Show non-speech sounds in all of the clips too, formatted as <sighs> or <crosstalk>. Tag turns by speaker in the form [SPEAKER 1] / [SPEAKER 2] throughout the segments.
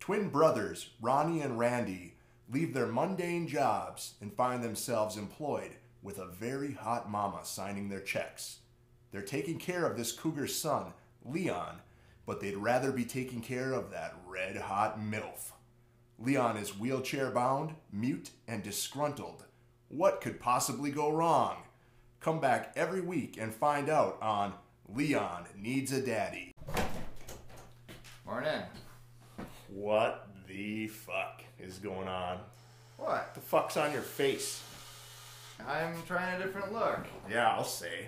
[SPEAKER 1] Twin brothers, Ronnie and Randy, leave their mundane jobs and find themselves employed with a very hot mama signing their checks. They're taking care of this cougar's son, Leon, but they'd rather be taking care of that red hot MILF. Leon is wheelchair bound, mute, and disgruntled. What could possibly go wrong? Come back every week and find out on Leon Needs a Daddy.
[SPEAKER 2] Morning.
[SPEAKER 1] What the fuck is going on?
[SPEAKER 2] What?
[SPEAKER 1] The fuck's on your face?
[SPEAKER 2] I'm trying a different look.
[SPEAKER 1] Yeah, I'll say.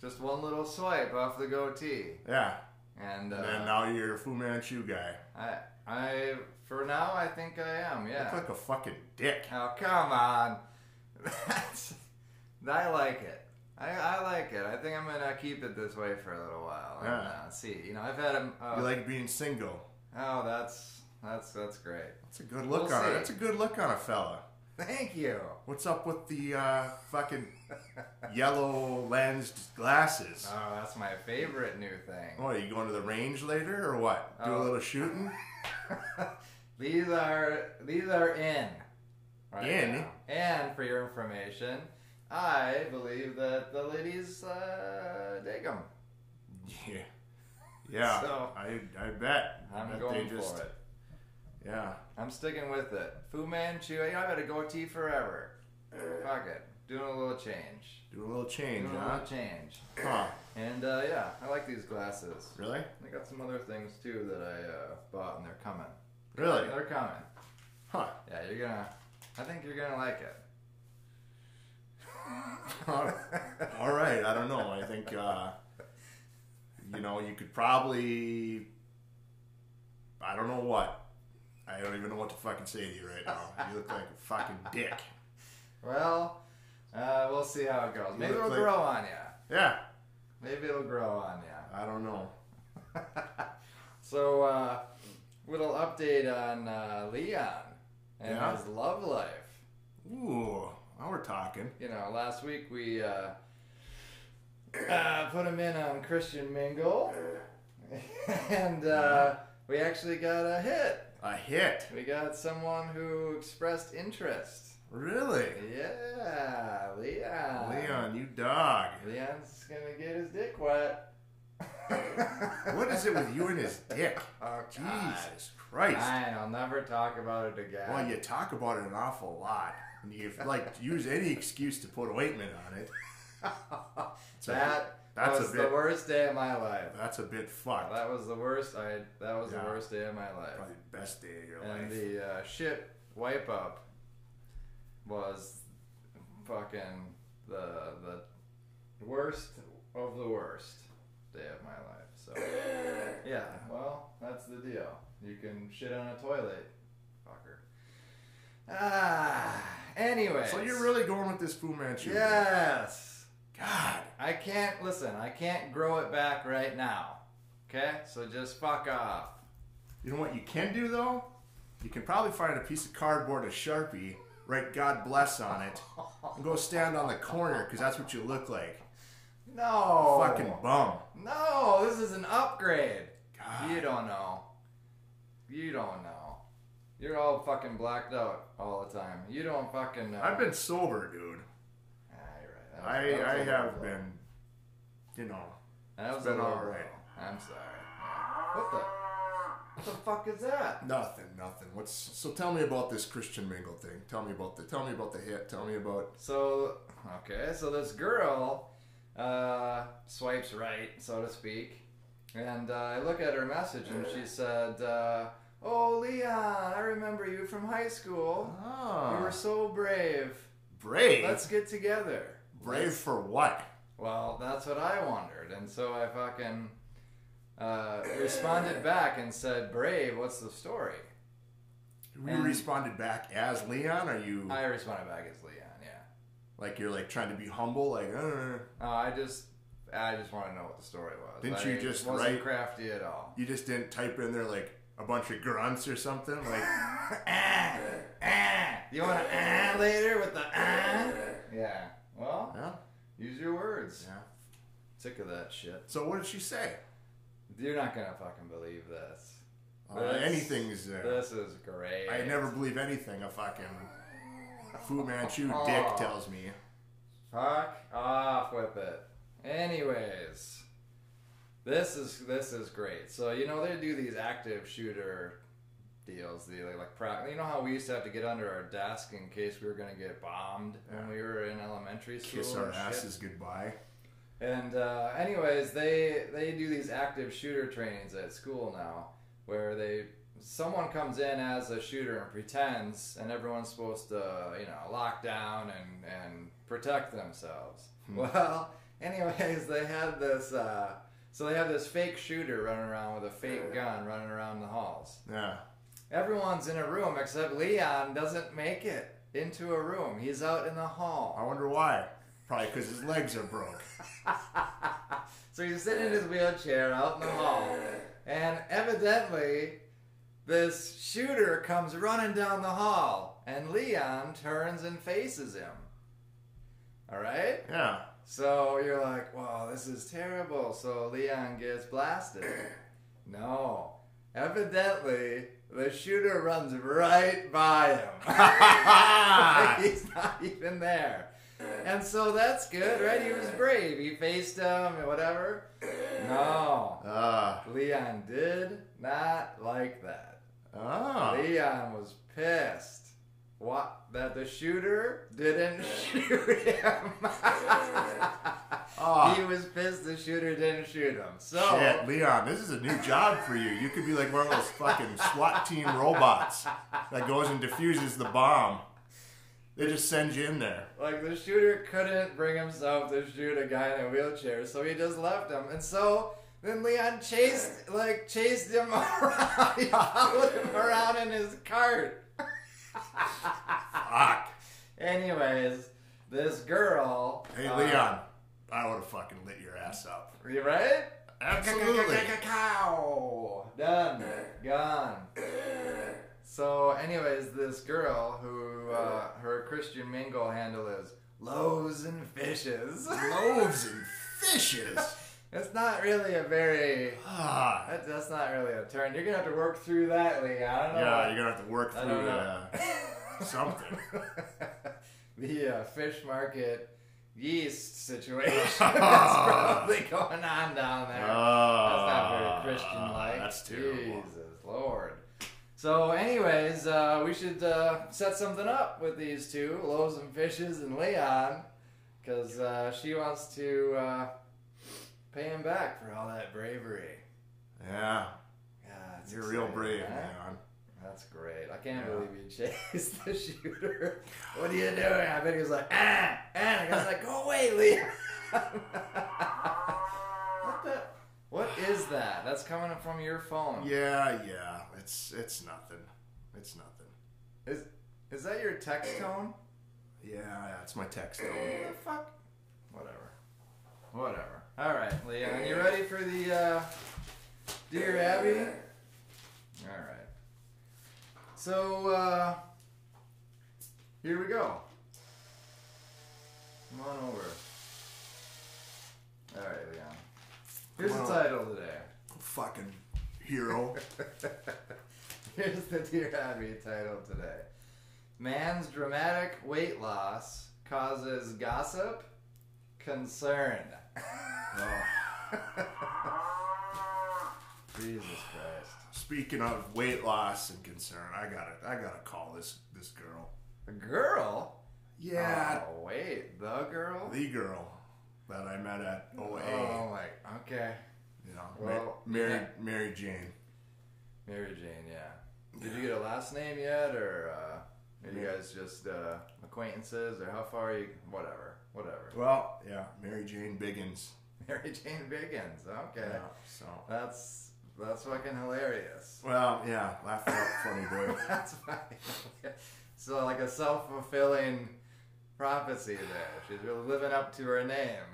[SPEAKER 2] Just one little swipe off the goatee.
[SPEAKER 1] Yeah.
[SPEAKER 2] And, uh,
[SPEAKER 1] And then now you're a Fu Manchu guy.
[SPEAKER 2] I, I, for now, I think I am, yeah.
[SPEAKER 1] Look like a fucking dick.
[SPEAKER 2] Oh, come on. <laughs> That's, I like it. I, I like it. I think I'm going to keep it this way for a little while. And,
[SPEAKER 1] Yeah.
[SPEAKER 2] uh, see, you know, I've had a. Uh,
[SPEAKER 1] You like being single.
[SPEAKER 2] oh, that's, that's, that's great.
[SPEAKER 1] That's a good look
[SPEAKER 2] We'll
[SPEAKER 1] on
[SPEAKER 2] see.
[SPEAKER 1] it. That's a good look on a fella.
[SPEAKER 2] Thank you.
[SPEAKER 1] What's up with the uh,
[SPEAKER 2] <laughs>
[SPEAKER 1] fucking yellow lensed glasses?
[SPEAKER 2] Oh, that's my favorite new thing.
[SPEAKER 1] What, are you going to the range later or what? Do a
[SPEAKER 2] Oh.
[SPEAKER 1] little shooting?
[SPEAKER 2] These are these are in.
[SPEAKER 1] In?
[SPEAKER 2] now. And for your information, I believe that the ladies uh, dig them.
[SPEAKER 1] Yeah. Yeah.
[SPEAKER 2] So-
[SPEAKER 1] I, I bet. I
[SPEAKER 2] I'm
[SPEAKER 1] bet
[SPEAKER 2] going
[SPEAKER 1] they just,
[SPEAKER 2] for it.
[SPEAKER 1] Yeah.
[SPEAKER 2] I'm sticking with it. Fu Manchu. You know, I've had a goatee forever. Fuck it. Doing a little change.
[SPEAKER 1] Do a little Uh. change,
[SPEAKER 2] Doing a
[SPEAKER 1] huh?
[SPEAKER 2] little change.
[SPEAKER 1] Huh.
[SPEAKER 2] And uh, yeah, I like these glasses.
[SPEAKER 1] Really?
[SPEAKER 2] I got some other things too that I uh, bought, and they're coming.
[SPEAKER 1] Really?
[SPEAKER 2] They're coming.
[SPEAKER 1] Huh.
[SPEAKER 2] Yeah, you're gonna. I think you're gonna like it.
[SPEAKER 1] All right. I don't know. I think, uh, you know, you could probably. I don't know what. I don't even know what to fucking say to you right now. You look like a fucking dick.
[SPEAKER 2] Well, uh, we'll see how it goes. Maybe
[SPEAKER 1] look
[SPEAKER 2] it'll
[SPEAKER 1] like-
[SPEAKER 2] grow on you.
[SPEAKER 1] Yeah.
[SPEAKER 2] Maybe it'll grow on you.
[SPEAKER 1] I don't know.
[SPEAKER 2] So, uh, little update on uh, Leon and
[SPEAKER 1] Yeah?
[SPEAKER 2] his love life.
[SPEAKER 1] Ooh. Now we're talking.
[SPEAKER 2] You know, last week we uh, uh, put him in on Christian Mingle, <laughs> and uh, we actually got a hit.
[SPEAKER 1] A hit.
[SPEAKER 2] We got someone who expressed interest.
[SPEAKER 1] Really?
[SPEAKER 2] Yeah, Leon.
[SPEAKER 1] Leon, you dog.
[SPEAKER 2] Leon's gonna get his dick wet. <laughs>
[SPEAKER 1] What is it with you and his dick?
[SPEAKER 2] Oh, God.
[SPEAKER 1] Jesus Christ.
[SPEAKER 2] Fine, I'll never talk about it again.
[SPEAKER 1] Well, you talk about it an awful lot. And you like use any excuse to put ointment on it. <laughs> It's a-
[SPEAKER 2] that
[SPEAKER 1] that's a
[SPEAKER 2] was
[SPEAKER 1] bit-
[SPEAKER 2] the worst day of my life.
[SPEAKER 1] That's a bit fucked.
[SPEAKER 2] That was the worst. I that was
[SPEAKER 1] Yeah.
[SPEAKER 2] the worst day of my life.
[SPEAKER 1] Probably the best day of your
[SPEAKER 2] And
[SPEAKER 1] life.
[SPEAKER 2] the uh, ship wipe up was fucking the the worst of the worst day of my life.
[SPEAKER 1] <coughs>
[SPEAKER 2] So yeah, well that's the deal. You can shit on a toilet, fucker. Ah, anyway.
[SPEAKER 1] So you're really going with this Fu Manchu?
[SPEAKER 2] yes.
[SPEAKER 1] God.
[SPEAKER 2] I can't listen. I can't grow it back right now. Okay, so just fuck off.
[SPEAKER 1] You know what you can do though? You can probably find a piece of cardboard, a sharpie, write "God bless" on
[SPEAKER 2] <laughs>
[SPEAKER 1] it, and go stand on the corner because that's what you look like.
[SPEAKER 2] No.
[SPEAKER 1] Fucking bum.
[SPEAKER 2] No. This is an upgrade.
[SPEAKER 1] God.
[SPEAKER 2] You don't know. You don't know. You're all fucking blacked out all the time. You don't fucking know.
[SPEAKER 1] I've been sober, dude.
[SPEAKER 2] Ah, you're right.
[SPEAKER 1] I
[SPEAKER 2] That was- that
[SPEAKER 1] I
[SPEAKER 2] was a
[SPEAKER 1] have
[SPEAKER 2] low blow.
[SPEAKER 1] been, you know.
[SPEAKER 2] That was
[SPEAKER 1] been
[SPEAKER 2] a low
[SPEAKER 1] all right.
[SPEAKER 2] blow. I'm sorry. What the? What the fuck is that?
[SPEAKER 1] Nothing, nothing. What's so? Tell me about this Christian mingle thing. Tell me about the. Tell me about the hit. Tell me about.
[SPEAKER 2] So okay, so this girl uh, swipes right, so to speak, and uh, I look at her message, and she said, uh, "Oh, Leon, I remember you from high school. You
[SPEAKER 1] Ah,
[SPEAKER 2] were so brave.
[SPEAKER 1] brave.
[SPEAKER 2] Let's get together."
[SPEAKER 1] brave for what?
[SPEAKER 2] Well, that's what I wondered, and so I fucking uh, responded back and said, "Brave, what's the story?"
[SPEAKER 1] We
[SPEAKER 2] And-
[SPEAKER 1] responded back as Leon. Are you
[SPEAKER 2] I responded back as Leon. Yeah.
[SPEAKER 1] like you're like trying to be humble? Like, uh,
[SPEAKER 2] Oh, I just, I just want to know what the story was.
[SPEAKER 1] Didn't
[SPEAKER 2] I
[SPEAKER 1] you just
[SPEAKER 2] wasn't
[SPEAKER 1] write-
[SPEAKER 2] crafty at all?
[SPEAKER 1] <laughs> you just didn't type in there like a bunch of grunts or something?
[SPEAKER 2] <laughs>
[SPEAKER 1] Like, Uh,
[SPEAKER 2] Ah, ah. You want to ah later with the ah? Yeah. Well,
[SPEAKER 1] yeah,
[SPEAKER 2] use your words.
[SPEAKER 1] yeah.
[SPEAKER 2] Sick of that shit.
[SPEAKER 1] So what did she say?
[SPEAKER 2] You're not gonna fucking believe this.
[SPEAKER 1] Uh,
[SPEAKER 2] This-
[SPEAKER 1] anything's there.
[SPEAKER 2] This is great.
[SPEAKER 1] I never believe anything a fucking Fu Manchu
[SPEAKER 2] Aw.
[SPEAKER 1] dick tells me.
[SPEAKER 2] Fuck off with it. Anyways, this is this is great. So you know they do these active shooter deals. The like, like pra- you know how we used to have to get under our desk in case we were gonna get bombed when we were in elementary school.
[SPEAKER 1] Kiss our
[SPEAKER 2] and shit?
[SPEAKER 1] asses goodbye.
[SPEAKER 2] And uh, anyways, they they do these active shooter trainings at school now, where they someone comes in as a shooter and pretends, and everyone's supposed to you know lock down and and protect themselves. <laughs> Well, anyways, they had this. Uh, so they have this fake shooter running around with a fake gun running around the halls.
[SPEAKER 1] Yeah.
[SPEAKER 2] Everyone's in a room except Leon doesn't make it into a room. He's out in the hall.
[SPEAKER 1] I wonder why. Probably because his legs are broke.
[SPEAKER 2] So he's sitting in his wheelchair out in the hall, and evidently, this shooter comes running down the hall, and Leon turns and faces him. All right?
[SPEAKER 1] Yeah.
[SPEAKER 2] <laughs> So you're like, wow, this is terrible. So Leon gets blasted. <clears throat> No. Evidently, the shooter runs right by
[SPEAKER 1] Ah.
[SPEAKER 2] him. <laughs> He's not even there. And so that's good, right? He was brave. He faced him and whatever. No.
[SPEAKER 1] Uh,
[SPEAKER 2] Leon did not like that.
[SPEAKER 1] oh.
[SPEAKER 2] Leon was pissed. What? That the shooter didn't <laughs> shoot him. <laughs> He
[SPEAKER 1] Oh.
[SPEAKER 2] was pissed the shooter didn't shoot him. So
[SPEAKER 1] Shit, Leon, this is a new job for you. You could be like one of those fucking SWAT team robots that goes and defuses the bomb. They just send you in there.
[SPEAKER 2] like the shooter couldn't bring himself to shoot a guy in a wheelchair, so he just left him. And so then Leon chased like chased him <laughs> around. he followed him around in his cart.
[SPEAKER 1] Fuck.
[SPEAKER 2] Anyways, this girl
[SPEAKER 1] Hey,
[SPEAKER 2] uh,
[SPEAKER 1] Leon, I would have fucking lit your ass up.
[SPEAKER 2] You right?
[SPEAKER 1] Absolutely.
[SPEAKER 2] Cow. Done. Gone. So, anyways, this girl who uh, her Christian mingle handle is loaves and fishes.
[SPEAKER 1] Loaves and fishes.
[SPEAKER 2] It's not really a very.
[SPEAKER 1] Ah.
[SPEAKER 2] That, that's not really a turn. You're gonna have to work through that, Lee. I don't know.
[SPEAKER 1] Yeah, you're gonna have to work
[SPEAKER 2] I
[SPEAKER 1] through
[SPEAKER 2] don't
[SPEAKER 1] uh, something.
[SPEAKER 2] <laughs> the uh, fish market
[SPEAKER 1] <laughs>
[SPEAKER 2] yeast situation <laughs> that's probably going on down there. That's not very Christian like.
[SPEAKER 1] Uh, Ah, That's terrible.
[SPEAKER 2] Jesus Lord. So, anyways, uh, we should uh, set something up with these two, Loaves and Fishes and Leon, because uh, she wants to uh, pay him back for all that bravery.
[SPEAKER 1] Yeah,
[SPEAKER 2] Yeah, it's
[SPEAKER 1] you're real
[SPEAKER 2] exciting,
[SPEAKER 1] brave,
[SPEAKER 2] huh? <laughs>
[SPEAKER 1] man.
[SPEAKER 2] That's great. I can't
[SPEAKER 1] Yeah.
[SPEAKER 2] believe you chased <laughs> the shooter. What are you doing? I bet he was like, ah, ah. And I was like, go away, Leon. what the? What is that? That's coming from your phone.
[SPEAKER 1] Yeah, yeah. It's it's nothing. It's nothing.
[SPEAKER 2] Is is that your text tone?
[SPEAKER 1] Yeah, that's my text.
[SPEAKER 2] What the Eh, fuck? Whatever. Whatever. Eh. All right, Leon, you ready for the uh, Dear Abby? All right. So uh, here we go. Come on over. All right, Leon. Here's
[SPEAKER 1] Come
[SPEAKER 2] the
[SPEAKER 1] on.
[SPEAKER 2] title today. <laughs>
[SPEAKER 1] Fucking hero.
[SPEAKER 2] Here's the Dear Abby title today. Man's dramatic weight loss causes gossip, concern.
[SPEAKER 1] Oh.
[SPEAKER 2] Jesus Christ.
[SPEAKER 1] Speaking of weight loss and concern, I gotta I gotta call this this girl.
[SPEAKER 2] The girl?
[SPEAKER 1] Yeah,
[SPEAKER 2] Oh, wait, the girl?
[SPEAKER 1] the girl that I met at OA.
[SPEAKER 2] Oh, my. Okay.
[SPEAKER 1] You know, Ma-
[SPEAKER 2] Well,
[SPEAKER 1] Mary
[SPEAKER 2] yeah.
[SPEAKER 1] Mary Jane.
[SPEAKER 2] Mary Jane, yeah. Did you get a last name yet, or uh, are you guys just uh, acquaintances, or how far are you? Whatever. Whatever. <laughs>
[SPEAKER 1] Well, yeah, Mary Jane Biggins.
[SPEAKER 2] Mary Jane Biggins. Okay.
[SPEAKER 1] Yeah, so.
[SPEAKER 2] That's that's fucking hilarious. <laughs>
[SPEAKER 1] Well, yeah, laugh it up, funny boy.
[SPEAKER 2] That's funny. so like a self fulfilling prophecy there. She's really living up to her name.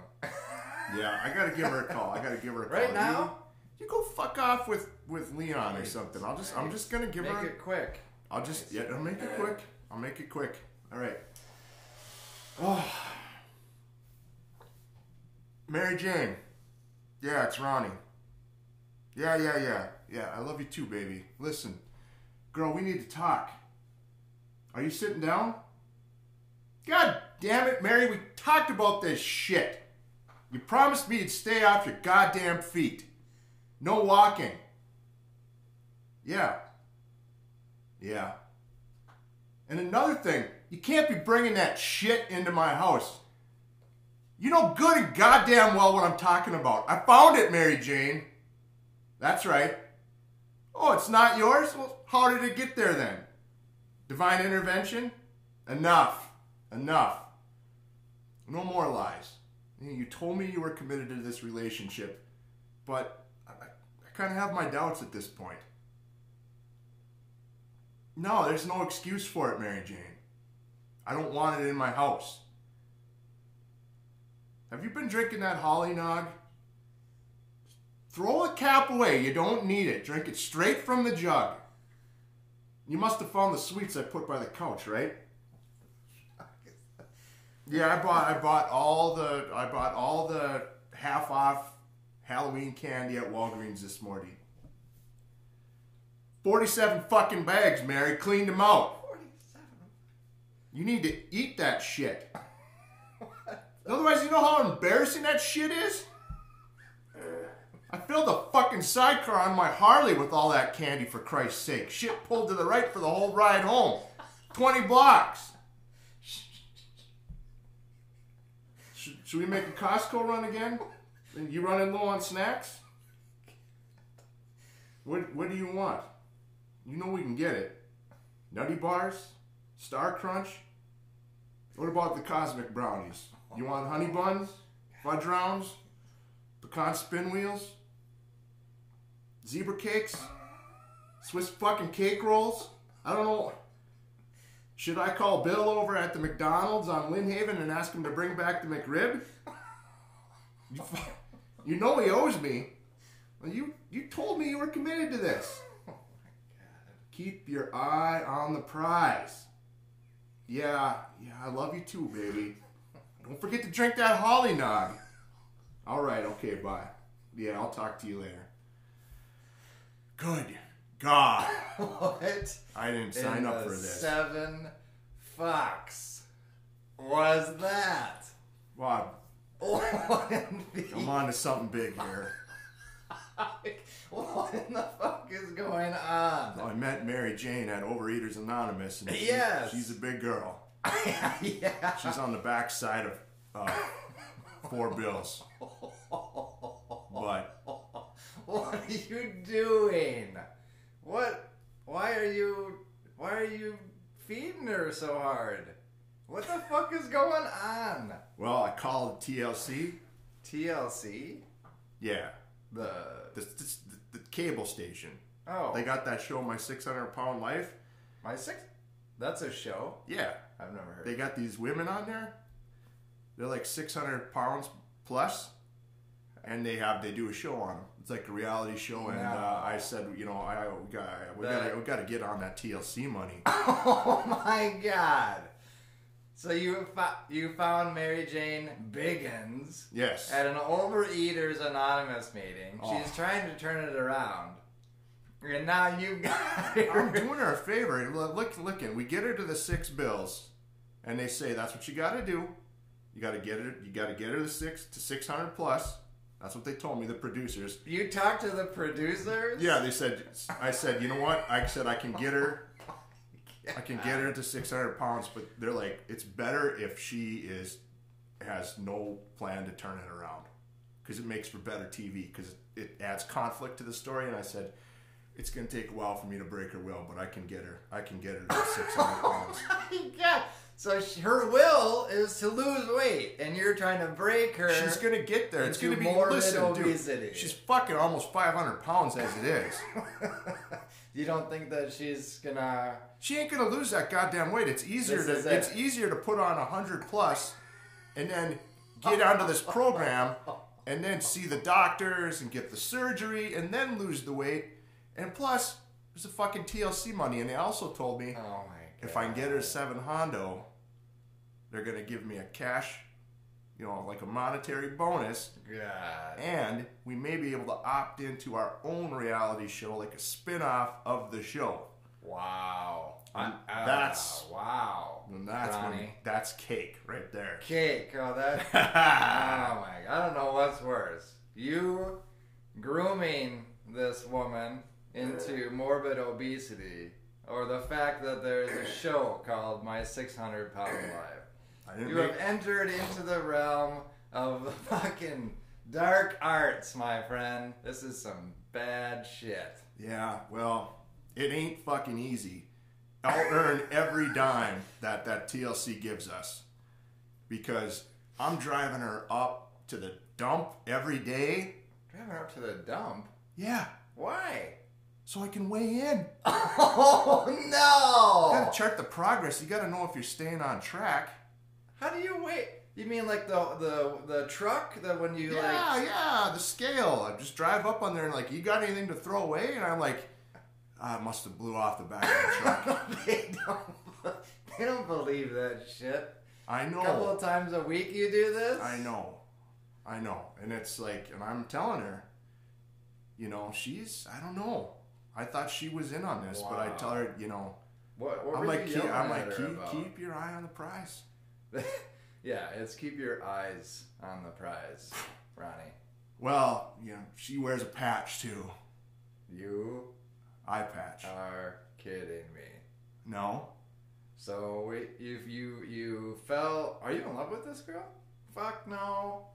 [SPEAKER 1] Yeah, I gotta give her a call. I gotta give her a call.
[SPEAKER 2] Right
[SPEAKER 1] You-
[SPEAKER 2] now?
[SPEAKER 1] you, go fuck off with with Leon or something. I'll just I'm just gonna give
[SPEAKER 2] Make
[SPEAKER 1] her.
[SPEAKER 2] it quick.
[SPEAKER 1] i I'll just yeah, I'll make it quick. I'll make it quick. All <sighs> right. Oh, Mary Jane. Yeah, it's Ronnie. Yeah, yeah, yeah. Yeah, I love you too, baby. Listen, girl, we need to talk. Are you sitting down? God damn it, Mary, we talked about this shit. You promised me you'd stay off your goddamn feet. No walking. Yeah. Yeah. And another thing, you can't be bringing that shit into my house. You know good and goddamn well what I'm talking about. I found it, Mary Jane. That's right. Oh, it's not yours? Well, how did it get there then? Divine intervention? Enough. Enough. No more lies. You told me you were committed to this relationship, but I, I kind of have my doubts at this point. No, there's no excuse for it, Mary Jane. I don't want it in my house. Have you been drinking that holly nog? Throw the cap away. You don't need it. Drink it straight from the jug. You must have found the sweets I put by the couch, right? Yeah, I bought I bought all the I bought all the half off Halloween candy at Walgreens this morning. Forty seven fucking bags, Mary. Cleaned them out. You need to eat that shit. Otherwise, you know how embarrassing that shit is. I filled a fucking sidecar on my Harley with all that candy for Christ's sake. Shit pulled to the right for the whole ride home. 20 blocks. Should, should we make a Costco run again? And You running low on snacks? What, what do you want? You know we can get it. Nutty bars? Star Crunch? What about the cosmic brownies? You want honey buns? Fudge rounds? Pecan spin wheels? Zebra cakes? Swiss fucking cake rolls? I don't know. Should I call Bill over at the McDonald's on Lynn Haven and ask him to bring back the McRib? You, fu- you know he owes me. Well, you you told me you were committed to this. Keep your eye on the prize. Yeah, yeah, I love you too, baby. Don't forget to drink that holly nog. All right, okay, bye. Yeah, I'll talk to you later. Good God,
[SPEAKER 2] <laughs> What?
[SPEAKER 1] I didn't
[SPEAKER 2] in
[SPEAKER 1] sign up
[SPEAKER 2] the
[SPEAKER 1] for this.
[SPEAKER 2] Seven fox was that? <laughs>
[SPEAKER 1] Bob,
[SPEAKER 2] What in the,
[SPEAKER 1] I'm on to something big here.
[SPEAKER 2] what in the fuck is going on?
[SPEAKER 1] I met Mary Jane at Overeaters Anonymous, and she-
[SPEAKER 2] Yes.
[SPEAKER 1] she's a big girl.
[SPEAKER 2] <laughs> yeah.
[SPEAKER 1] She's on the back side of uh, four bills. But
[SPEAKER 2] What are you doing? What? Why are you? Why are you feeding her so hard? What the fuck is going on?
[SPEAKER 1] well, I called TLC.
[SPEAKER 2] TLC?
[SPEAKER 1] Yeah,
[SPEAKER 2] The
[SPEAKER 1] the, the, the cable station.
[SPEAKER 2] oh,
[SPEAKER 1] They got that show, My 600 Pound Life.
[SPEAKER 2] my six. That's a show.
[SPEAKER 1] Yeah,
[SPEAKER 2] I've never heard.
[SPEAKER 1] they got these women on there. They're like 600 pounds plus, and they have they do a show on them. It's like a reality show, and uh, I said, you know, I we got we got
[SPEAKER 2] That-
[SPEAKER 1] we got to get on that TLC money.
[SPEAKER 2] Oh my god! So you fo- you found Mary Jane Biggins
[SPEAKER 1] Yes.
[SPEAKER 2] at an Overeaters Anonymous meeting.
[SPEAKER 1] Oh.
[SPEAKER 2] She's trying to turn it around, and now you got her.
[SPEAKER 1] <laughs> I'm doing her a favor. And look, look, looking, we get her to the six bills, and they say that's what you got to do. You got to get her. You got to get her the six to six hundred plus. That's what they told me. The producers.
[SPEAKER 2] You talked to the producers?
[SPEAKER 1] Yeah,
[SPEAKER 2] <laughs>
[SPEAKER 1] they said. I said, you know what? I said I can get her. I can get her to six hundred pounds, but they're like, it's better if she is has no plan to turn it around because it makes for better TV because it adds conflict to the story. And I said, it's going to take a while for me to break her will, but I can get her. I can get her to six hundred pounds.
[SPEAKER 2] yeah. Oh So sh her will is to lose weight, and you're trying to break her.
[SPEAKER 1] She's going to get there. It's
[SPEAKER 2] Into
[SPEAKER 1] going to be
[SPEAKER 2] morbid
[SPEAKER 1] listen, dude.
[SPEAKER 2] obesity.
[SPEAKER 1] She's fucking almost five hundred pounds as it is.
[SPEAKER 2] <laughs> you don't think that she's gonna?
[SPEAKER 1] She ain't gonna lose that goddamn weight. It's easier
[SPEAKER 2] This is
[SPEAKER 1] to
[SPEAKER 2] it.
[SPEAKER 1] it's easier to put on a hundred plus, and then get onto
[SPEAKER 2] <laughs>
[SPEAKER 1] this program, and then see the doctors and get the surgery, and then lose the weight. And plus, there's the fucking TLC money. And they also told me
[SPEAKER 2] Oh my god!
[SPEAKER 1] if I can get her seven hondo, they're gonna give me a cash you know, like a monetary bonus,
[SPEAKER 2] God.
[SPEAKER 1] and we may be able to opt into our own reality show, like a spin off of the show.
[SPEAKER 2] Wow.
[SPEAKER 1] And
[SPEAKER 2] Ah,
[SPEAKER 1] that's-
[SPEAKER 2] wow.
[SPEAKER 1] And that's when-
[SPEAKER 2] Ronnie.
[SPEAKER 1] that's cake right there.
[SPEAKER 2] cake. Oh, that. oh my! I don't know what's worse. You grooming this woman into morbid obesity, or the fact that there's a show called My 600 Pound Life.
[SPEAKER 1] I didn't
[SPEAKER 2] You
[SPEAKER 1] make,
[SPEAKER 2] have entered into the realm of <laughs> fucking dark arts, my friend. This is some bad shit.
[SPEAKER 1] yeah, well, it ain't fucking easy. I'll earn every dime that that TLC gives us because I'm driving her up to the dump every day.
[SPEAKER 2] Driving up to the dump.
[SPEAKER 1] Yeah,
[SPEAKER 2] Why? <laughs>
[SPEAKER 1] so I can weigh in.
[SPEAKER 2] Oh no!
[SPEAKER 1] You
[SPEAKER 2] Oh.
[SPEAKER 1] gotta chart the progress. You gotta know if you're staying on track.
[SPEAKER 2] How do you wait? You mean like the the the truck that when you
[SPEAKER 1] yeah,
[SPEAKER 2] like
[SPEAKER 1] yeah, the scale. I just drive up on there and like, you got anything to throw away? And I'm like, I must have blew off the back of the truck.
[SPEAKER 2] <laughs> they don't <laughs> they don't believe that shit.
[SPEAKER 1] I
[SPEAKER 2] A couple
[SPEAKER 1] know,
[SPEAKER 2] of times a week you do this.
[SPEAKER 1] I know, I know. And it's like, and I'm telling her, you know, she's, I don't know. I thought she was in on this, but I
[SPEAKER 2] Wow.
[SPEAKER 1] tell her, you know,
[SPEAKER 2] What, what
[SPEAKER 1] I'm
[SPEAKER 2] were
[SPEAKER 1] like,
[SPEAKER 2] you
[SPEAKER 1] keep,
[SPEAKER 2] yelling
[SPEAKER 1] I'm
[SPEAKER 2] at
[SPEAKER 1] like,
[SPEAKER 2] her
[SPEAKER 1] keep,
[SPEAKER 2] about?
[SPEAKER 1] keep your eye on the prize.
[SPEAKER 2] <laughs> yeah, it's keep your eyes on the prize, Ronnie.
[SPEAKER 1] Well, you know, she wears a patch too.
[SPEAKER 2] You
[SPEAKER 1] Eye patch.
[SPEAKER 2] are kidding me.
[SPEAKER 1] No,
[SPEAKER 2] So wait, if you you fell, are you in love with this girl? Fuck no.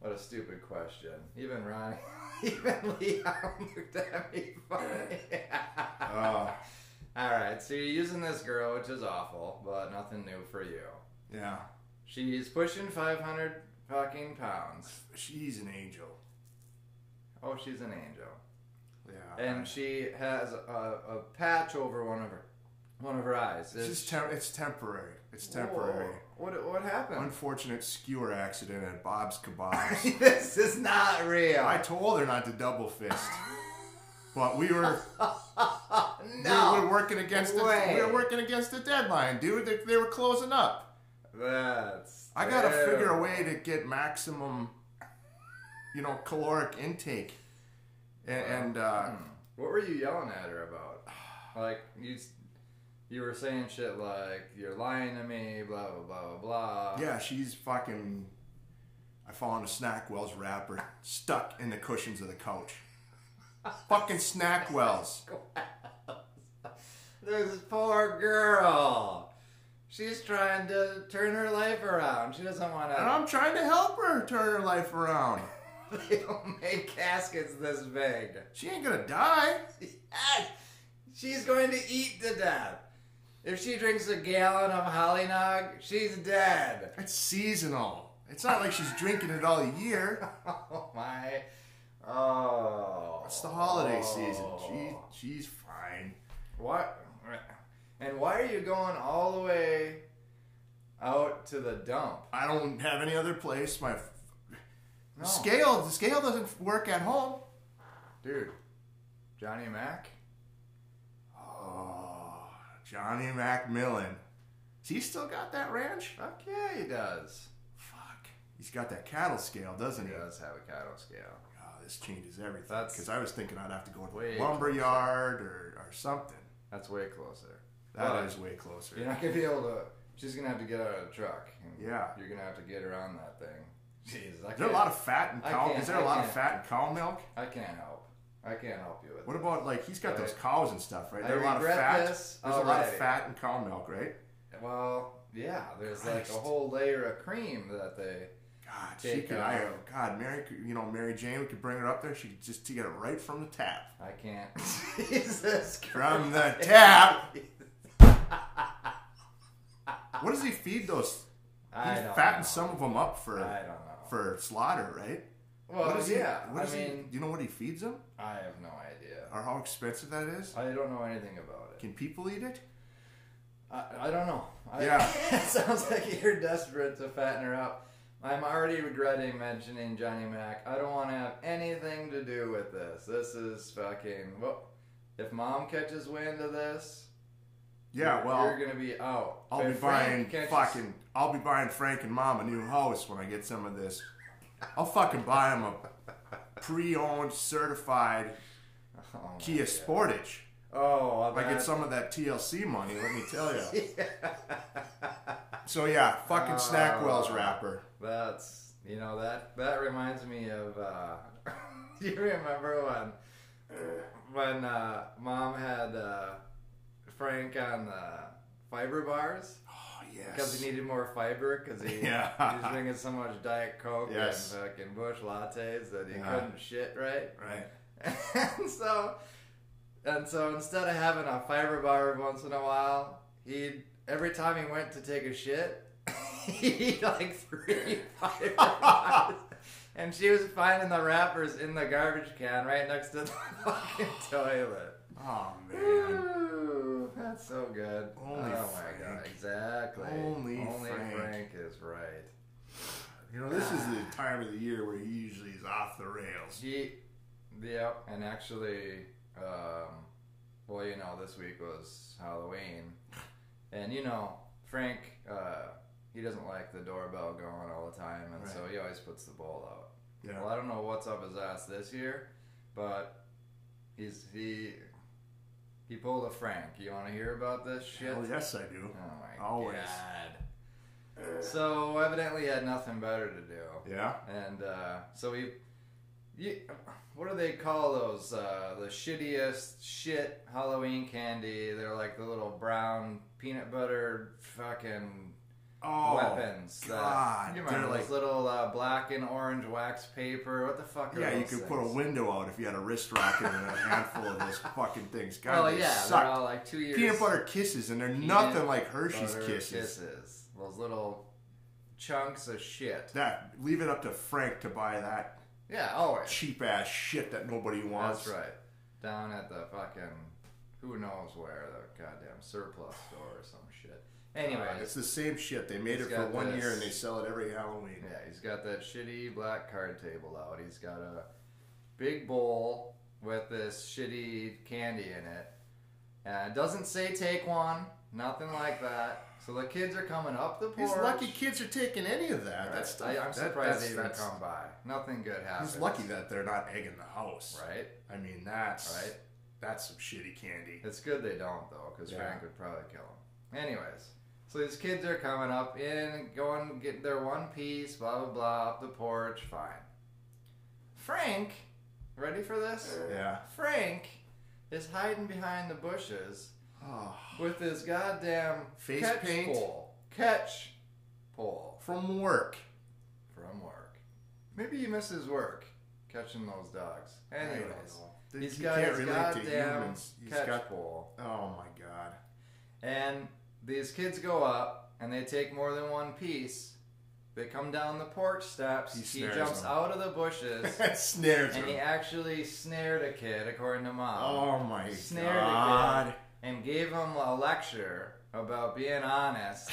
[SPEAKER 2] What a stupid question. Even Ronnie, <laughs> even Leon looked at me funny.
[SPEAKER 1] Uh.
[SPEAKER 2] <laughs> All right, so you're using this girl, which is awful, but nothing new for you.
[SPEAKER 1] yeah,
[SPEAKER 2] She's pushing 500 fucking pounds.
[SPEAKER 1] she's an angel.
[SPEAKER 2] Oh, she's an angel.
[SPEAKER 1] Yeah,
[SPEAKER 2] and she has a, a patch over one of her one of her eyes.
[SPEAKER 1] It's just tem- it's temporary. It's temporary.
[SPEAKER 2] Whoa, What what happened?
[SPEAKER 1] Unfortunate skewer accident at Bob's Kebabs. <laughs>
[SPEAKER 2] <laughs> this is not real.
[SPEAKER 1] I told her not to double fist, but we were we were
[SPEAKER 2] no.
[SPEAKER 1] working against the,
[SPEAKER 2] way.
[SPEAKER 1] we were working against the deadline, dude. They, they were closing up.
[SPEAKER 2] That's.
[SPEAKER 1] I gotta figure a
[SPEAKER 2] terrible.
[SPEAKER 1] way to get maximum, you know, caloric intake, and, and uh,
[SPEAKER 2] What were you yelling at her about? <sighs> Like you, s- you were saying shit like you're lying to me, blah blah blah blah blah.
[SPEAKER 1] yeah, she's fucking. I found a Snackwells wrapper stuck in the cushions of the couch. fucking Snackwells.
[SPEAKER 2] This poor girl. She's trying to turn her life around. She doesn't want
[SPEAKER 1] And
[SPEAKER 2] to.
[SPEAKER 1] I'm trying to help her turn her life around. Um.
[SPEAKER 2] <laughs> They don't make caskets this big.
[SPEAKER 1] She ain't gonna die.
[SPEAKER 2] Yes! She's going to eat to death. If she drinks a gallon of Hollynog, she's dead.
[SPEAKER 1] It's seasonal. It's not like she's drinking it all year.
[SPEAKER 2] <laughs> Oh my. Oh.
[SPEAKER 1] It's the holiday season.
[SPEAKER 2] Oh.
[SPEAKER 1] She, she's fine.
[SPEAKER 2] What? And why are you going all the way out to the dump?
[SPEAKER 1] I don't have any other place. My f-
[SPEAKER 2] No.
[SPEAKER 1] scale, the scale doesn't work at home.
[SPEAKER 2] Dude. Johnny Mac?
[SPEAKER 1] Oh, Johnny Macmillan. Has he still got that ranch?
[SPEAKER 2] Fuck yeah, he does.
[SPEAKER 1] Fuck. He's got that cattle scale, doesn't
[SPEAKER 2] He
[SPEAKER 1] he?
[SPEAKER 2] does have a cattle scale.
[SPEAKER 1] Oh, this changes everything.
[SPEAKER 2] That's-
[SPEAKER 1] Because I was thinking I'd have to go to
[SPEAKER 2] Way
[SPEAKER 1] the lumber yard or, or something.
[SPEAKER 2] That's way closer.
[SPEAKER 1] That
[SPEAKER 2] But-
[SPEAKER 1] is way closer.
[SPEAKER 2] You're not gonna be able to. She's gonna have to get out of the truck. and
[SPEAKER 1] Yeah.
[SPEAKER 2] You're gonna have to get around that thing. Jesus, I
[SPEAKER 1] Is there a
[SPEAKER 2] can't-
[SPEAKER 1] lot of fat in
[SPEAKER 2] I
[SPEAKER 1] cow?
[SPEAKER 2] can't-
[SPEAKER 1] Is there a
[SPEAKER 2] I
[SPEAKER 1] lot of
[SPEAKER 2] can't.
[SPEAKER 1] fat in cow milk?
[SPEAKER 2] I can't help. I can't help you with.
[SPEAKER 1] What about like he's got those cows and stuff, right?
[SPEAKER 2] I
[SPEAKER 1] There's a lot of
[SPEAKER 2] regret
[SPEAKER 1] fat.
[SPEAKER 2] this
[SPEAKER 1] There's a lot of
[SPEAKER 2] already.
[SPEAKER 1] fat in cow milk, right?
[SPEAKER 2] it. Well, yeah. There's like
[SPEAKER 1] Christ.
[SPEAKER 2] a whole layer of cream that they.
[SPEAKER 1] God, she
[SPEAKER 2] Take
[SPEAKER 1] could.
[SPEAKER 2] out.
[SPEAKER 1] I, God, Mary, could- you know, Mary Jane, we could bring her up there. She could just to get it right from the tap.
[SPEAKER 2] I can't. <laughs> Jesus.
[SPEAKER 1] From the
[SPEAKER 2] <laughs> Christ.
[SPEAKER 1] tap. What does he feed those? He
[SPEAKER 2] I don't. know.
[SPEAKER 1] fattens some of them up
[SPEAKER 2] I
[SPEAKER 1] for
[SPEAKER 2] don't know.
[SPEAKER 1] for slaughter, right?
[SPEAKER 2] well,
[SPEAKER 1] what is
[SPEAKER 2] yeah.
[SPEAKER 1] He, what
[SPEAKER 2] I
[SPEAKER 1] is he?
[SPEAKER 2] mean,
[SPEAKER 1] Do you know what he feeds them,
[SPEAKER 2] I have no idea.
[SPEAKER 1] or how expensive that is?
[SPEAKER 2] I don't know anything about it.
[SPEAKER 1] Can people eat it?
[SPEAKER 2] I, I don't know. I,
[SPEAKER 1] Yeah.
[SPEAKER 2] <laughs> it sounds like you're desperate to fatten her up. I'm already regretting mentioning Johnny Mac. I don't want to have anything to do with this. This is fucking. Well, if mom catches wind of this,
[SPEAKER 1] Yeah, well,
[SPEAKER 2] you're gonna be out.
[SPEAKER 1] I'll be
[SPEAKER 2] But Frank
[SPEAKER 1] buying
[SPEAKER 2] can't just-
[SPEAKER 1] fucking. I'll be buying Frank and Mom a new house when I get some of this. I'll fucking buy them a pre-owned, certified
[SPEAKER 2] <laughs> Oh my
[SPEAKER 1] Kia Sportage.
[SPEAKER 2] Oh, well,
[SPEAKER 1] If I
[SPEAKER 2] that-
[SPEAKER 1] get some of that TLC money, let me tell
[SPEAKER 2] <laughs>
[SPEAKER 1] you. So yeah, fucking
[SPEAKER 2] Oh.
[SPEAKER 1] Snackwell's rapper.
[SPEAKER 2] That's you know that that reminds me of. Uh, <laughs> do you remember when when uh, mom had uh, Frank on uh, fiber bars
[SPEAKER 1] Oh
[SPEAKER 2] because
[SPEAKER 1] yes.
[SPEAKER 2] he needed more fiber because he,
[SPEAKER 1] Yeah.
[SPEAKER 2] he was drinking so much diet coke
[SPEAKER 1] Yes.
[SPEAKER 2] and fucking bush lattes that he
[SPEAKER 1] Yeah.
[SPEAKER 2] couldn't shit right.
[SPEAKER 1] right.
[SPEAKER 2] <laughs> And so, and so instead of having a fiber bar every once in a while, he every time he went to take a shit, <laughs> he'd like <laughs> three fiber bars. And she was finding the wrappers in the garbage can right next to the <laughs> fucking toilet.
[SPEAKER 1] Oh man.
[SPEAKER 2] Ooh, that's so good.
[SPEAKER 1] Only
[SPEAKER 2] oh
[SPEAKER 1] Frank.
[SPEAKER 2] my god, exactly.
[SPEAKER 1] Only Frank.
[SPEAKER 2] Frank is right.
[SPEAKER 1] You know this is the time of the year where he usually is off the rails.
[SPEAKER 2] He, yeah, and actually, um, well, you know, this week was Halloween, and you know, Frank, uh, he doesn't like the doorbell going all the time, and so
[SPEAKER 1] Right.
[SPEAKER 2] he always puts the bowl out.
[SPEAKER 1] Yeah.
[SPEAKER 2] Well, I don't know what's up his ass this year, but he's he he pulled a Frank. You want to hear about this shit?
[SPEAKER 1] Well, yes, I do.
[SPEAKER 2] Oh my
[SPEAKER 1] Always.
[SPEAKER 2] god! So evidently, he had nothing better to do.
[SPEAKER 1] Yeah.
[SPEAKER 2] And uh, so we, you, what do they call those? Uh, the shittiest shit Halloween candy. They're like the little brown peanut butter fucking
[SPEAKER 1] Oh.
[SPEAKER 2] weapons. that-
[SPEAKER 1] God,
[SPEAKER 2] you
[SPEAKER 1] they're
[SPEAKER 2] remember those
[SPEAKER 1] like-
[SPEAKER 2] little uh, black and orange wax paper? What the fuck? Are
[SPEAKER 1] Yeah, you
[SPEAKER 2] those
[SPEAKER 1] could put a
[SPEAKER 2] things?
[SPEAKER 1] window out if you had a wrist rocket and a handful of those fucking things. God,
[SPEAKER 2] Well,
[SPEAKER 1] they
[SPEAKER 2] Oh, yeah,
[SPEAKER 1] suck.
[SPEAKER 2] they're all like two years.
[SPEAKER 1] Peanut butter kisses, and they're
[SPEAKER 2] Peanut
[SPEAKER 1] nothing like Hershey's
[SPEAKER 2] butter
[SPEAKER 1] kisses.
[SPEAKER 2] kisses. Those little chunks of shit.
[SPEAKER 1] That leave it up to Frank to buy that
[SPEAKER 2] Yeah, always.
[SPEAKER 1] cheap ass shit that nobody wants.
[SPEAKER 2] That's right. Down at the fucking who knows where the goddamn surplus store or some shit. Anyway,
[SPEAKER 1] Uh, it's the same shit. They made
[SPEAKER 2] He's
[SPEAKER 1] it for
[SPEAKER 2] got
[SPEAKER 1] one
[SPEAKER 2] this-
[SPEAKER 1] year and they sell it every Halloween.
[SPEAKER 2] yeah, he's got that shitty black card table out. He's got a big bowl with this shitty candy in it. And it doesn't say take one, nothing like that. So the kids are coming up the porch.
[SPEAKER 1] These lucky kids are taking any of that. That's
[SPEAKER 2] I, am
[SPEAKER 1] that-
[SPEAKER 2] surprised
[SPEAKER 1] that's-
[SPEAKER 2] they even
[SPEAKER 1] that's-
[SPEAKER 2] come by. Nothing good happens.
[SPEAKER 1] He's lucky that they're not egging the house.
[SPEAKER 2] right?
[SPEAKER 1] I mean, that's
[SPEAKER 2] Right.
[SPEAKER 1] That's some shitty candy.
[SPEAKER 2] It's good they don't though, because
[SPEAKER 1] Yeah.
[SPEAKER 2] Frank would probably kill him. Anyways, so these kids are coming up in, going get their one piece, blah blah blah, up the porch, fine. Frank, ready for this?
[SPEAKER 1] Yeah.
[SPEAKER 2] Frank is hiding behind the bushes
[SPEAKER 1] Oh.
[SPEAKER 2] with his goddamn
[SPEAKER 1] Face
[SPEAKER 2] catch
[SPEAKER 1] paint?
[SPEAKER 2] pole, catch pole
[SPEAKER 1] From work.
[SPEAKER 2] from work. Maybe he misses work catching those dogs. Anyways,
[SPEAKER 1] Dude,
[SPEAKER 2] he's
[SPEAKER 1] you
[SPEAKER 2] got
[SPEAKER 1] can't
[SPEAKER 2] his
[SPEAKER 1] relate to
[SPEAKER 2] goddamn
[SPEAKER 1] humans. He's
[SPEAKER 2] catch
[SPEAKER 1] got-
[SPEAKER 2] pole.
[SPEAKER 1] Oh my god. <laughs>
[SPEAKER 2] And these kids go up and they take more than one piece. They come down the porch steps.
[SPEAKER 1] He
[SPEAKER 2] He,
[SPEAKER 1] snares
[SPEAKER 2] jumps
[SPEAKER 1] them.
[SPEAKER 2] out of the
[SPEAKER 1] <laughs>
[SPEAKER 2] bushes
[SPEAKER 1] That snares
[SPEAKER 2] and he
[SPEAKER 1] him.
[SPEAKER 2] actually snared a kid, according to mom,
[SPEAKER 1] Oh my
[SPEAKER 2] snared
[SPEAKER 1] god.
[SPEAKER 2] and gave him a lecture about being honest.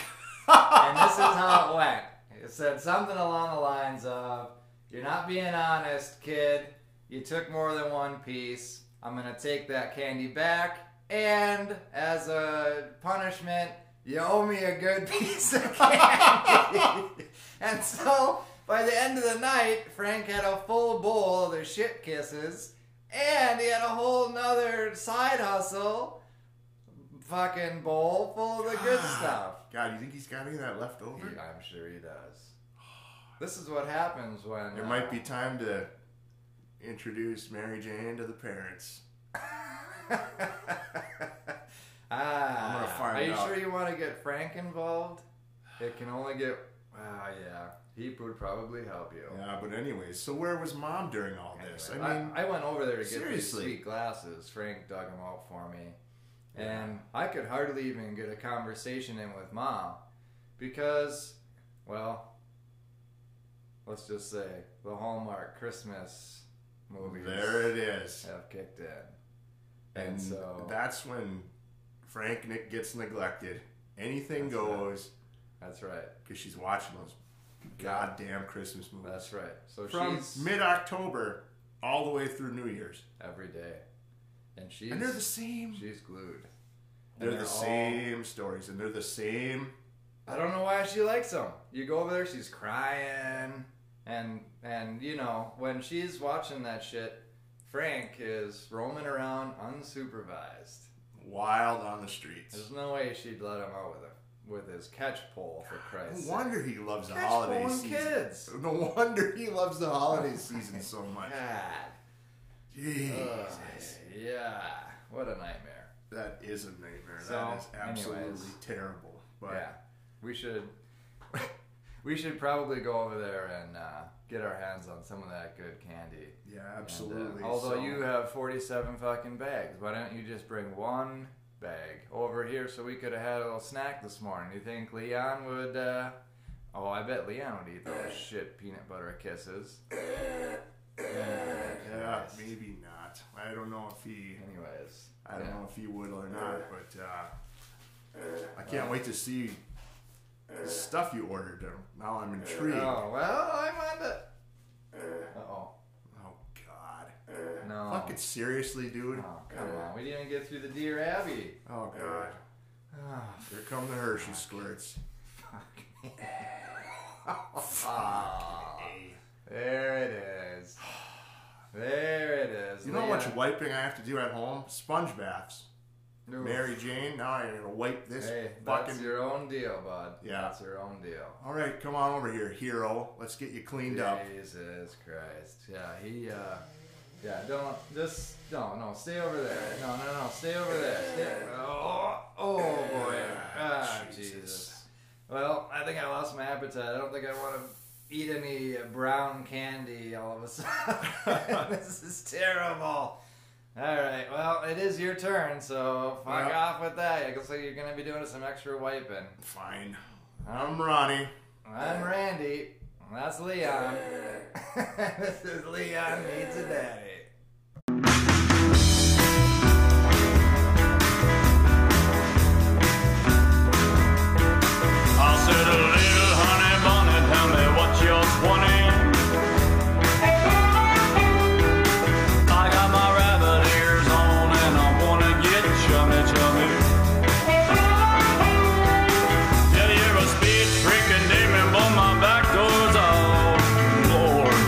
[SPEAKER 2] and
[SPEAKER 1] and
[SPEAKER 2] this is how it went. It said something along the lines of, "You're not being honest, kid. You took more than one piece. I'm gonna take that candy back, and as a punishment, you owe me a good <laughs> piece of candy." <laughs> and so, by the end of the night, Frank had a full bowl of the shit kisses, and he had a whole nother side hustle, fucking bowl full of the good stuff.
[SPEAKER 1] <laughs> God, you think he's got any of that left
[SPEAKER 2] He-
[SPEAKER 1] over?
[SPEAKER 2] I'm sure he does. <sighs> This is what happens when
[SPEAKER 1] There
[SPEAKER 2] uh, <laughs>
[SPEAKER 1] might be time to introduce Mary Jane to the parents.
[SPEAKER 2] ah,
[SPEAKER 1] gonna find
[SPEAKER 2] are you
[SPEAKER 1] out.
[SPEAKER 2] sure you want to get Frank involved? It can only get. Ah, yeah. He would probably help you.
[SPEAKER 1] Yeah, but anyways, so where was mom during all
[SPEAKER 2] Anyway,
[SPEAKER 1] this? I mean,
[SPEAKER 2] I, went over there to get
[SPEAKER 1] seriously.
[SPEAKER 2] these sweet glasses. Frank dug them out for me,
[SPEAKER 1] Yeah.
[SPEAKER 2] and I could hardly even get a conversation in with mom because, well, let's just say the Hallmark Christmas movies
[SPEAKER 1] there it is.
[SPEAKER 2] have kicked in, and,
[SPEAKER 1] And
[SPEAKER 2] so
[SPEAKER 1] that's when Frank Nick gets neglected. Anything
[SPEAKER 2] That's right.
[SPEAKER 1] goes
[SPEAKER 2] that's right.
[SPEAKER 1] because she's watching those goddamn Christmas movies.
[SPEAKER 2] That's right. So
[SPEAKER 1] From
[SPEAKER 2] she's
[SPEAKER 1] mid October all the way through New Year's.
[SPEAKER 2] every day, and she's
[SPEAKER 1] And they're the same.
[SPEAKER 2] she's glued.
[SPEAKER 1] They're,
[SPEAKER 2] they're
[SPEAKER 1] the
[SPEAKER 2] all-
[SPEAKER 1] same stories, and they're the same.
[SPEAKER 2] I don't know why she likes him. You go over there, she's crying, and and you know when she's watching that shit, Frank is roaming around unsupervised.
[SPEAKER 1] Wild on the streets.
[SPEAKER 2] There's no way she'd let him out with him with his catch pole for Christ's
[SPEAKER 1] No
[SPEAKER 2] sake.
[SPEAKER 1] wonder he loves the
[SPEAKER 2] Catch
[SPEAKER 1] holiday
[SPEAKER 2] balling
[SPEAKER 1] season.
[SPEAKER 2] kids.
[SPEAKER 1] <laughs> No wonder he loves the holiday season so
[SPEAKER 2] <laughs>
[SPEAKER 1] much.
[SPEAKER 2] God.
[SPEAKER 1] Jesus,
[SPEAKER 2] Ugh, yeah. What a nightmare.
[SPEAKER 1] that is a nightmare.
[SPEAKER 2] So,
[SPEAKER 1] that is absolutely
[SPEAKER 2] anyways.
[SPEAKER 1] terrible. But
[SPEAKER 2] Yeah, we should. <laughs> we should probably go over there and uh, get our hands on some of that good candy.
[SPEAKER 1] yeah,
[SPEAKER 2] And, uh,
[SPEAKER 1] absolutely.
[SPEAKER 2] although
[SPEAKER 1] So-
[SPEAKER 2] you have forty-seven fucking bags, why don't you just bring one bag over here so we could have had a little snack this morning? You think Leon would? Uh, oh, I bet Leon would
[SPEAKER 1] <coughs>
[SPEAKER 2] eat those shit peanut butter kisses.
[SPEAKER 1] yeah,
[SPEAKER 2] Yes.
[SPEAKER 1] maybe not. I don't know if he.
[SPEAKER 2] Anyways,
[SPEAKER 1] I don't
[SPEAKER 2] yeah.
[SPEAKER 1] know if he would or not, but uh, I can't wait to see the stuff you ordered. Now I'm intrigued.
[SPEAKER 2] Oh well, I'm on the. Uh oh.
[SPEAKER 1] Oh God!
[SPEAKER 2] No.
[SPEAKER 1] Fucking seriously, dude.
[SPEAKER 2] Oh, come on. We didn't even get through the Dear Abby.
[SPEAKER 1] Oh God!
[SPEAKER 2] Oh,
[SPEAKER 1] Here come the Hershey squirts.
[SPEAKER 2] fuck. Ah.
[SPEAKER 1] Fuck.
[SPEAKER 2] <laughs> There
[SPEAKER 1] <sighs>
[SPEAKER 2] it is. There it is.
[SPEAKER 1] You know how
[SPEAKER 2] Leah.
[SPEAKER 1] much wiping I have to do at home? Sponge baths.
[SPEAKER 2] Ooh.
[SPEAKER 1] Mary Jane. Now I'm gonna wipe this
[SPEAKER 2] Hey, that's
[SPEAKER 1] fucking.
[SPEAKER 2] your own deal, bud.
[SPEAKER 1] Yeah.
[SPEAKER 2] That's your own deal.
[SPEAKER 1] All right, come on over here, hero. Let's get you cleaned up.
[SPEAKER 2] Jesus Christ. Yeah, he, uh, yeah, don't, just, no, no, stay over there. No, no, no, stay over there. Stay, oh, oh, boy. Ah, Jesus.
[SPEAKER 1] Jesus.
[SPEAKER 2] Well, I think I lost my appetite. I don't think I want to eat any uh, brown candy all of a <laughs> sudden. this is terrible. All right, well, it is your turn, so fuck
[SPEAKER 1] Well-
[SPEAKER 2] off with that. It looks like you're going to be doing some extra wiping.
[SPEAKER 1] Fine. I'm Ronnie.
[SPEAKER 2] I'm Randy. And that's Leon. <laughs> this is Leon Needs a Daddy.
[SPEAKER 3] I said, a little honey bunny, tell me what yours wanting. I got my rabbit ears on and I wanna get chummy chummy. Yeah, you're a speed freaking demon, but my back door's off, Lord.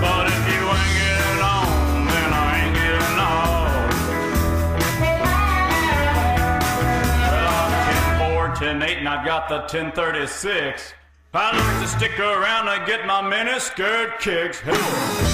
[SPEAKER 3] But if you ain't getting on, then I ain't getting off. Well, I'm 10 10 8, and I've got the 1036. I like to stick around and get my miniskirt kicks. Hey.